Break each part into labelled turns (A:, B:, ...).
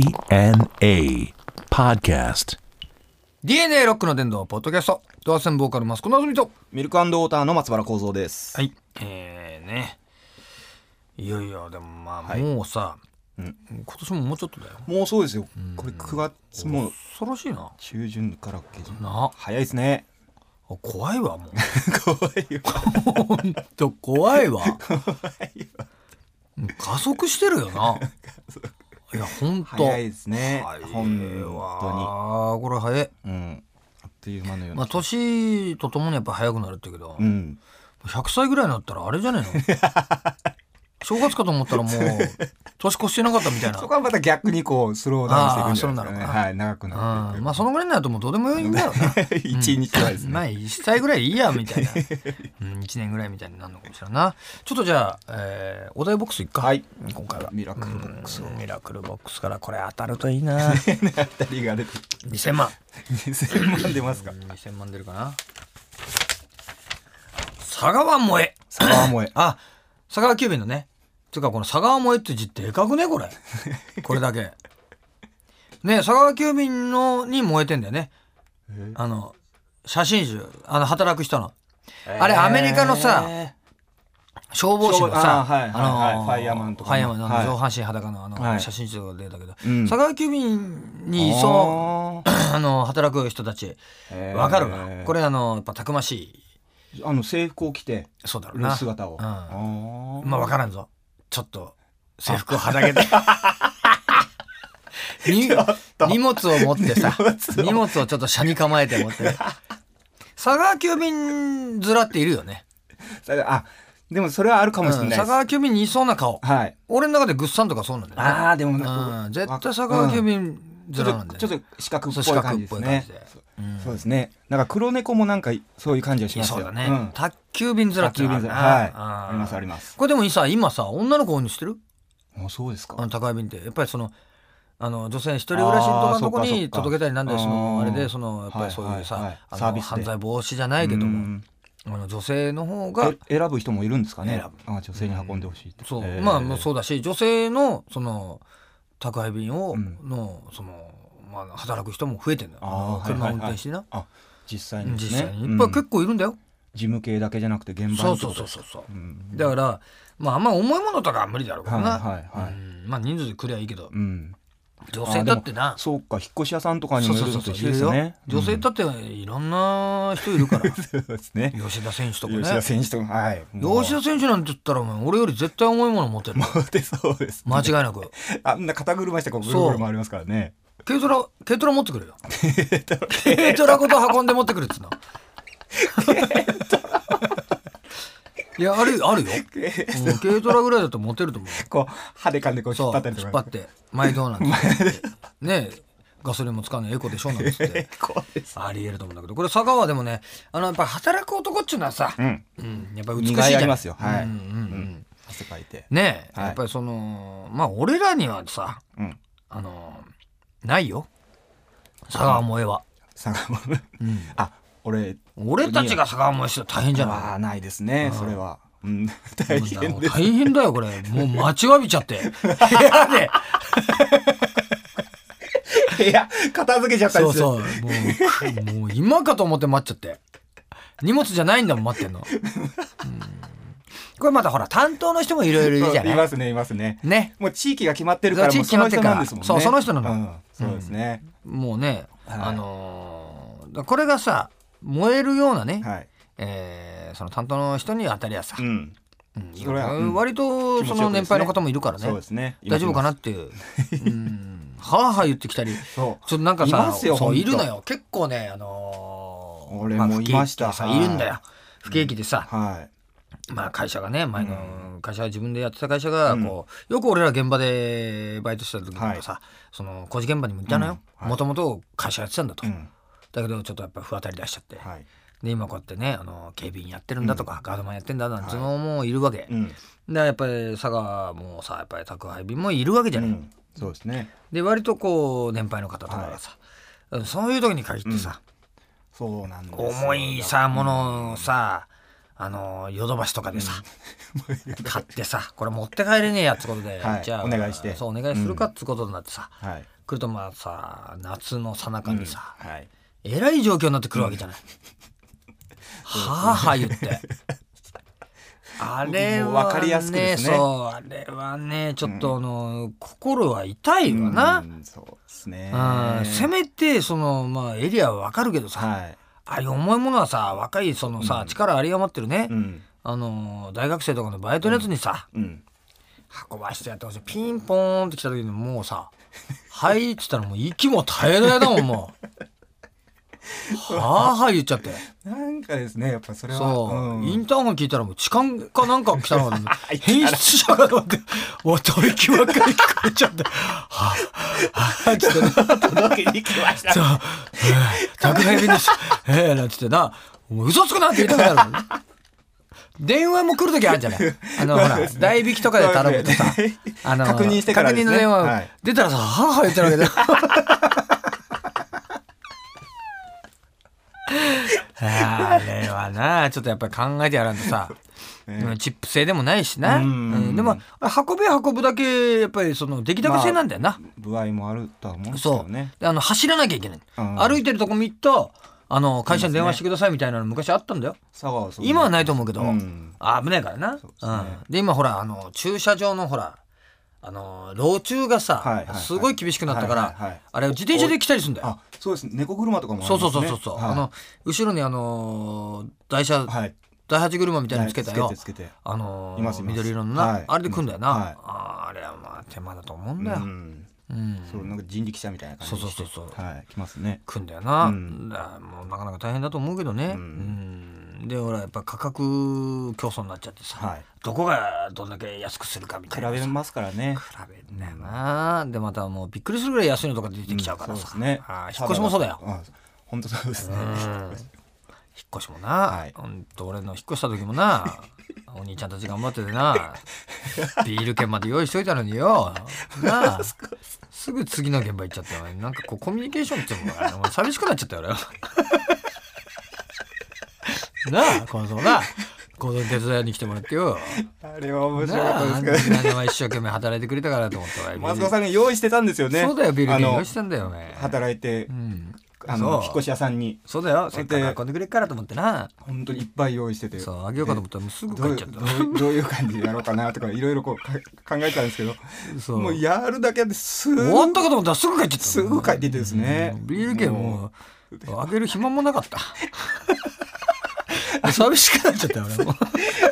A: DNA Podcast.
B: DNA ロックの伝道ポッドキャストドアセンボーカルマスコのあずみと
C: ミルクウォーターの松原幸三です。
B: はいえー、ねいよいよでもまあ、
C: はい
B: もうさ、
C: ん
B: 今年ももうちょっとだよ
C: もうそうですよ。これ9月もう
B: 恐ろしいな
C: 中旬から下旬。
B: な
C: 早いですね。
B: あ怖いわ も
C: 怖いよ。
B: うほんと怖いわ加速してるよ ないやほんと
C: 早いですね
B: 早い。わ
C: 本
B: あこれ早い
C: 当に。うん。あっという間のよう
B: まあ
C: な。
B: 年とともにやっぱ早くなるって言うけど、
C: うん。
B: 100歳ぐらいになったらあれじゃね えの正月かと思ったらもう年越してなかったみたいな
C: そこはまた逆にこうスローダウンしていくんじゃないです
B: あ
C: かね。はい、長くな
B: う
C: って
B: ん
C: いく。
B: まあそのぐらいになるともうどうでもいいんだろうな
C: 一日はですね。
B: まあ1歳ぐらいいいやみた いな、うん、1年ぐらいみたいになるのかもしれんなちょっとじゃあ、えーお題ボックスいっか
C: はい
B: 今回は
C: ミラクルボック スを
B: うんミラクルボックスからこれ当たるといいな
C: 二人が出て
B: 2000万
C: 2000万出ますか。
B: 2000万出るかな佐川萌え
C: サワー萌え。
B: あ佐川急便のねていうかこの佐川萌えって字でかくねこ れこれだけね佐川急便のに燃えてんだよね
C: え
B: あの写真集あの働く人のあれアメリカのさ
C: え
B: 消防士のさ
C: 消防あはいはいはい
B: のー
C: ファイヤーマンとか
B: フ
C: ね
B: ァイヤーマンの
C: はい
B: 上半身裸のあの
C: はい
B: 写真集とか出たけど、
C: うん
B: 佐川急便
C: ー。
B: にそう
C: う。
B: あの働く人たち
C: えー
B: わかるなこれあのやっぱたくましい
C: あの制服を着て
B: そうだろう
C: の
B: な
C: 姿を。
B: うん
C: あー
B: まあ分からんぞちょっと制服をはだけ てに荷物を持ってさ荷物をちょっと車に構えて持ってね佐川急便面っているよね
C: さあ、でもそれはあるかもしれ
B: うん
C: ないで
B: 佐
C: す。
B: 川急便にいそうな顔
C: はい。
B: 俺の中でグッサンとかそうなんだよね
C: ああ、でも
B: う
C: なんんか
B: 絶対佐川急便
C: ちょ
B: 面
C: っ
B: なんだ
C: と
B: よ、ね、
C: ちょっと四角っぽ
B: そう
C: い
B: 四角
C: 感じ
B: っ
C: で
B: ぽ
C: す
B: い感
C: ね
B: じで。
C: そうですね。なんか黒猫もなんかそういう感じがしますよ。
B: そうだね、
C: ん
B: 宅急便面
C: 宅
B: って
C: 急
B: のがる
C: 便座
B: な
C: はい。
B: うん
C: ありますあります。
B: これでもさ今さ女の子多いの知ってる
C: あ、そうですか
B: あ。の宅配便ってやっぱりそのあの女性一人暮らしのとかのとこ
C: あーそっかそっ
B: に
C: か
B: 届けたりなんだりするの
C: あ
B: あ
C: ー
B: れでそのやっぱりそういうさ、
C: はいはいはい
B: あの
C: サービスで
B: 犯罪防止じゃないけど
C: う
B: も
C: ん
B: あの女性の方が
C: え選ぶ人もいるんですかね
B: 選。
C: あ、女性に運んでほしいと。
B: そう、
C: えー
B: まあもうそうだし女性のその宅配便を、
C: ん
B: のその、まあ、働く人も増えてんだよ
C: あー
B: 車
C: はいはいはい
B: 運転してな、
C: あ、実際にです
B: 実
C: ね。
B: 際にいっぱい
C: うん
B: 結構いるんだよ、
C: 事務系だけじゃなくて現場にって
B: そ
C: こ
B: う
C: と
B: そうそうそうそう
C: うん
B: だからまああんま重いものとかは無理だろうからな、
C: はいはいはい
B: うんまあ人数でくりゃいいけど、
C: うん。
B: 女性だってな
C: そうか、引っ越し屋さんとかに
B: そ
C: も
B: う
C: い
B: そう
C: る
B: そう
C: のと
B: そうい
C: 一緒で
B: る
C: す
B: よ
C: よね。
B: 女性だっていろんな人いるから 吉
C: そうですね。
B: 田選手とかね
C: 吉田選手とか、はい。もう
B: 吉田選手なんて言ったらお前俺より絶対重いもの持 ってる
C: モテそうです、
B: 間違いなく
C: あんな肩車してこうぐるぐる回りますからね
B: 軽トラ軽トラ持ってく るよ軽トラごと運んで持ってくるっつうの いやある あるようん軽トラぐらいだと持てると思う
C: こう歯で噛んでこう引
B: そ
C: っ
B: う
C: 張ったり
B: 引
C: と
B: っ張っ
C: か
B: て毎度なんつってねえガソリンも使わないエコでしょなんつ って
C: 怖いです
B: ありえると思うんだけどこれ佐川でもねあのやっぱ働く男っちゅうのはさ、
C: うん
B: うんやっぱ美しいじゃ
C: 意
B: ん
C: 外ありますよはい、
B: う
C: う
B: うんん
C: ん
B: うん
C: 汗かいて
B: ねえ、
C: はい
B: やっぱりそのまあ俺らにはさ
C: うん
B: あのないよ佐川萌えは、
C: 佐賀もねあ俺
B: 俺たちが佐川萌えして大変じゃ
C: あ
B: な
C: あないですね、それは、うん、大
B: い
C: 変
B: もう
C: です
B: 大変だよこれもう待ちわびち ゃって部屋で
C: 部屋片付けちゃったり
B: そうそ
C: して
B: うもうもう今かと思って待っちゃって荷物じゃないんだもん待ってんの、うんこれまたほら担当の人もいろいろいるじゃ
C: そうい
B: ない
C: ますねいますね
B: ね
C: もう地域が決まってるから
B: そう
C: もうその
B: 地域
C: 人
B: 決ま
C: な
B: ってるから
C: んですもんね
B: そうその人なの
C: うんそうですね、
B: もうね、
C: はい
B: あのーだこれがさ燃えるようなね、
C: はい
B: えーその担当の人に当たりはさ、
C: うん
B: うん
C: それはうん
B: 割とその年配の方もいるからね
C: そうですね
B: 大丈夫かなって いう、うん、はあはあ言ってきたりち
C: そう
B: ょっとなんか
C: い
B: さ
C: ますよ
B: そう
C: ほんと
B: いるのよ結構ねあのー
C: 俺もいました
B: あ不景気でさ
C: はい
B: いるんだよ不景気でさ、
C: はい
B: まあ会社がね前の会社自分でやってた会社がこう、よく俺ら現場でバイトしてた時とかさ、その工事現場にもいたのよ
C: うんはい
B: もともと会社やってたんだと、
C: うん
B: だけどちょっとやっぱ不当たり出しちゃって、
C: はい
B: で今こうやってねあの警備員やってるんだとか、ガードマンやってんだなんていうのもいるわけ、
C: うん
B: でやっぱり佐賀もさやっぱり宅配便もいるわけじゃ
C: う
B: ない、
C: んそうですね
B: で割とこう年配の方とかがさ、そういう時に限ってさ、
C: そうなんですよ
B: 重いさものをさ、あのーヨドバシとかでさ、買ってさこれ持って帰れねえやっつことで、
C: はい
B: じゃあ
C: お願いして
B: そうお願いするかっつことになってさ、
C: はい。
B: 来るとまあさ夏のさなかにさ、
C: はい。
B: えらい状況になってくるわけじゃない。はあはあ 言って。あれ
C: もう
B: は、ね、
C: 分かりやすくですね
B: そう、あれはね、ちょっとあの、心は痛いよな。
C: うんそうですね。
B: うん、せめて、その、まあ、エリアはわかるけどさ、
C: はい。
B: ああいう重いものはさ、若い、そのさ、力あり余ってるね、
C: うん。
B: あの、大学生とかのバイトのやつにさ、
C: うん。
B: 運ばしてやってほしい。ピンポーンって来た時にもうさ、はいっつったらもう息も絶え絶えだもん、もう。はあはあ言っちゃって。
C: なんかですね、やっぱそれは。
B: そう、
C: ん
B: インターホン聞いたらもう痴漢かなんか来たのかと思って 変質者かと思ってもう吐息ばっかり聞こえちゃって「はあはあ」っつってな
C: 届けに来まし
B: 「
C: た。
B: そうはあ宅配便です」 ええなんつってな「もう嘘つくな」って言いたくなるもんね電話も来る時あるじゃないあのほら代引きとかで頼むとさ
C: そうですね
B: あの
C: 確認してからですね
B: 確認の電話、
C: はい
B: 出たらさ「はあはあ」言ってるわけだ あれはなちょっとやっぱり考えてやらんとさ、うんチップ製でもないしな、
C: うん
B: うんでもあれ運べ運ぶだけやっぱりその出来高制なんだよな、
C: 部合もあるとは思うんです
B: そ
C: けど
B: う、
C: ね。
B: であの走らなきゃいけない、
C: うん
B: 歩いてるとこ見っとあの会社に電話してくださいみたいなの昔あったんだよ、
C: 佐賀はそう。
B: 今はないと思うけど、
C: うん
B: あ危ないからなう、
C: うですね
B: ん、で今ほらあの駐車場のほらあの老中がさ、
C: はいはいはい
B: すごい厳しくなったから、
C: はいはいはい
B: あれ自転車で来たりするんだよ
C: あ、そうですね。猫車とかもあり
B: そ
C: ま
B: う
C: す
B: そ
C: ね。
B: うそうそうそう、
C: はい
B: あの後ろにあの台車、
C: はい。
B: 第八車みたいなのつけたよ、
C: つけてつけて。
B: あのー
C: いますいます
B: 緑色のな、
C: はい
B: あれで組んだよな、
C: はい
B: あーあれはまあ手間だと思うん
C: う
B: だよ、
C: ん。
B: うん
C: そうなんか人力車みたいな感じ
B: そう
C: で
B: そうそうそう、
C: はい来ますね
B: 組んだよな、
C: うん
B: だからもうなかなか大変だと思うけどね、うんでほらやっぱ価格競争になっちゃってさ、
C: はい
B: どこがどんだけ安くするかみた
C: 比
B: いなさ
C: べますからね
B: 比べんだよな、でまたもうびっくりするぐらい安いのとか出てきちゃうからさ、
C: そうですね
B: あー引っ越しもそうだよ
C: あ本当そうですね
B: うん引っ越しもな、
C: はい
B: ほんと俺の引っ越した時もなお兄ちゃんたち頑張ってて なビール券まで用意しといたのによなあすぐ次の現場行っちゃってなんかこうコミュニケーションっていうのが俺寂しくなっちゃった よ俺はなあこのそうな行動手伝いに来てもらってよ
C: あれは面白か
B: なあ
C: っ
B: あ
C: た
B: ん
C: ですけどね
B: なには一生懸命働いてくれたからと思 って俺
C: マツコさんが用意してたんですよね
B: そうだよビール
C: あ
B: 券
C: の
B: 用意したんだよね
C: 働いて
B: うん
C: あ
B: そう
C: の引っ越し屋さんに
B: そうだよ
C: そ
B: せ
C: う
B: っかく運んでくれっからと思ってな
C: 本当にいっぱい用意してて
B: そうあげようかと思ったらもうすぐ
C: どう
B: 帰
C: い
B: っ
C: う
B: ちゃった
C: どういうどういう感じでやろうかなとかいろいろこうか考えてたんですけど
B: そう
C: もうやるだけです
B: 終わったかと思ったらすぐ帰っちゃった
C: すぐ帰っていってですね
B: ビール券もうあげる暇もなか った寂しくなっちゃったよ俺も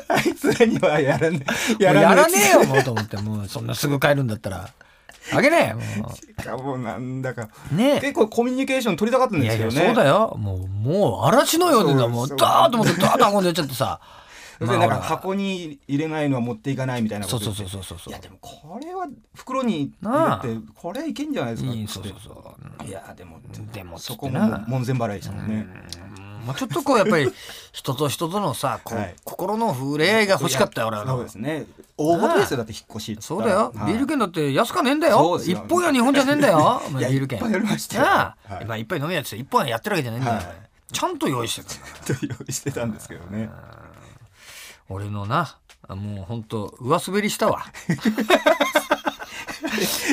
C: あいつらにはやらねえ
B: やらねえよ
C: も
B: もうと思ってもうそんなすぐ帰るんだったらあげねえも
C: うかもうなんだか
B: うねえ
C: 結構コミュニケーション取りたかったん
B: い
C: で
B: や
C: す
B: い
C: け
B: や
C: ど
B: そ
C: ね
B: うだよもうもう嵐のようでだもう
C: そうそ
B: ダ
C: う
B: ーッと思ってダーッと運んでやっちゃってさ
C: それ
B: まあ
C: でなんか
B: ほら
C: 箱に入れないのは持っていかないみたいなこ
B: そ
C: と
B: うそ
C: 言
B: う
C: って
B: そうそうそうそう
C: いやでもこれは袋に
B: なあ
C: 入れてこれいけんじゃないですかっ
B: いい
C: つ
B: そ
C: っ
B: う
C: て
B: そうそういやでもでも
C: そこ
B: つって
C: も
B: な
C: もう門前払いでしたもんね
B: もうちょっとこうやっぱり人と人とのさこう
C: はい
B: 心の触れ合いが欲しかったよ俺は
C: そうですね大事ですよだって引っ越しって言
B: そ
C: っ
B: う
C: た
B: だ
C: ら
B: よ、
C: はい
B: ビール券だって安かねえんだ
C: そ
B: よ
C: うです
B: 一
C: よ
B: 本や二本じゃねえんだよお
C: いや
B: 前ビール券
C: いっぱいありましたよ
B: なあ、
C: はい
B: 今一杯飲みやつ一本やってるわけじゃねえんだよ、
C: はい
B: ちゃんと用意してたんだから
C: と用意してたんですけどね
B: 俺のなもうほんと上滑りした わ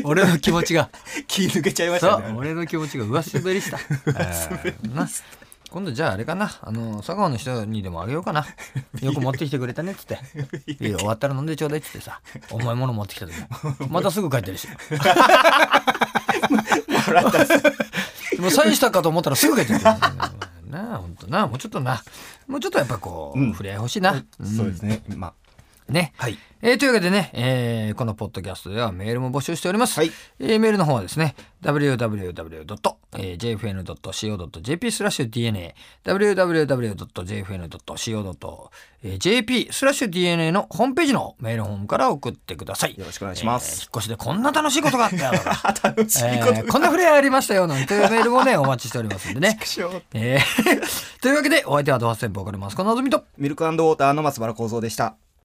B: 俺の気持ちが
C: 気抜けちゃいまし
B: そ
C: た
B: う
C: ね
B: 俺の気持ちが上滑り したうんな今度じゃああれかなあの佐川の人にでもあげようか なよく持ってきてくれたねっつってビール終わったら飲んでちょうだいっつってさ重いもの持ってきた時 またすぐ帰ったりしてもうサインしたかと思ったらすぐ帰っちゃったなあほんとなもうちょっとなもうちょっとやっぱこう、
C: うん
B: 触れ合い欲しいな、うん
C: そうですねまあ
B: ね
C: はい
B: えーというわけでね、えーこのポッドキャストではメールも募集しております。
C: はい
B: えーメールの方はですね、www.jfn.co.jp スラッシュ DNA、www.jfn.co.jp スラッシュ DNA のホームページのメールフォームから送ってください。
C: よろしくお願いします
B: えー引っ越しでこんな楽しいことがあったよと か、
C: 楽しいこと
B: えーこんな触れ合いありましたよなんていうメールもね、お待ちしておりますんでね。 えーというわけで、お相手はドハセンボーカルマスコのぞみと、
C: ミルクウォーターの松原幸三でした